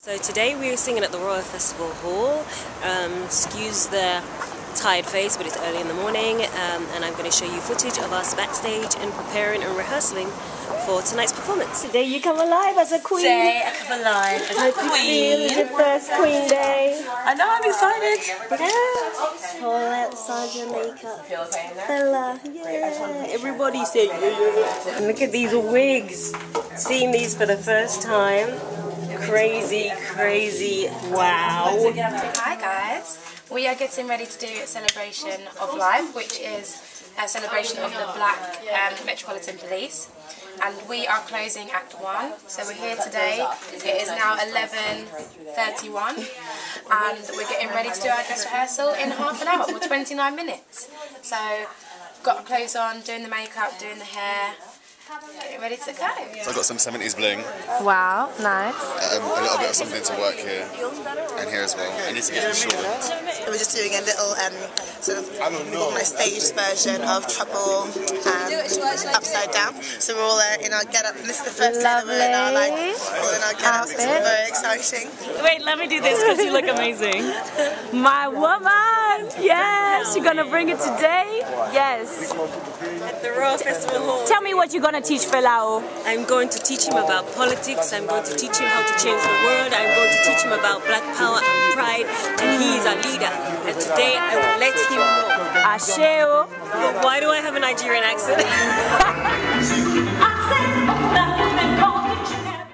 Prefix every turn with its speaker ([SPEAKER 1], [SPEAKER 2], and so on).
[SPEAKER 1] So today we are singing at the Royal Festival Hall. Um, excuse the tired face, but it's early in the morning, um, and I'm going to show you footage of us backstage and preparing and rehearsing for tonight's performance. Today you come alive as a queen.
[SPEAKER 2] Day I come alive as a queen.
[SPEAKER 1] your first Queen Day.
[SPEAKER 2] I know I'm excited.
[SPEAKER 1] Yeah. Pull out Sandra makeup. Bella. Yeah. Everybody said yeah, yeah. Look at these wigs. Seeing these for the first time. Crazy, crazy. Wow.
[SPEAKER 3] Hi guys, we are getting ready to do a celebration of life, which is a celebration of the Black um, Metropolitan Police. And we are closing Act 1, so we're here today. It is now 11.31 and we're getting ready to do our dress rehearsal in half an hour, or 29 minutes. So, got clothes on, doing the makeup, doing the hair, getting ready to go.
[SPEAKER 4] I've got some 70s bling, um,
[SPEAKER 3] Wow, nice.
[SPEAKER 4] a little bit of something to work here and here as well. I need to get this short.
[SPEAKER 5] We're just doing a little um, sort of my staged version of Trouble um, Upside Down. So we're all uh, in our get up, and this is the first time that we're in our like, all in our get up, it's all very exciting.
[SPEAKER 6] Wait, let me do this because you look amazing. My woman! Yes! You're gonna bring it today? Yes.
[SPEAKER 1] At the Royal Festival Hall.
[SPEAKER 6] Tell me what you're gonna teach Felao.
[SPEAKER 1] I'm going to teach him about politics. I'm going to teach him how to change the world. I'm going to teach him about black power and pride. And he is a leader. And today I will let him know.
[SPEAKER 6] Asheo.
[SPEAKER 1] But why do I have a Nigerian accent?
[SPEAKER 6] Ah,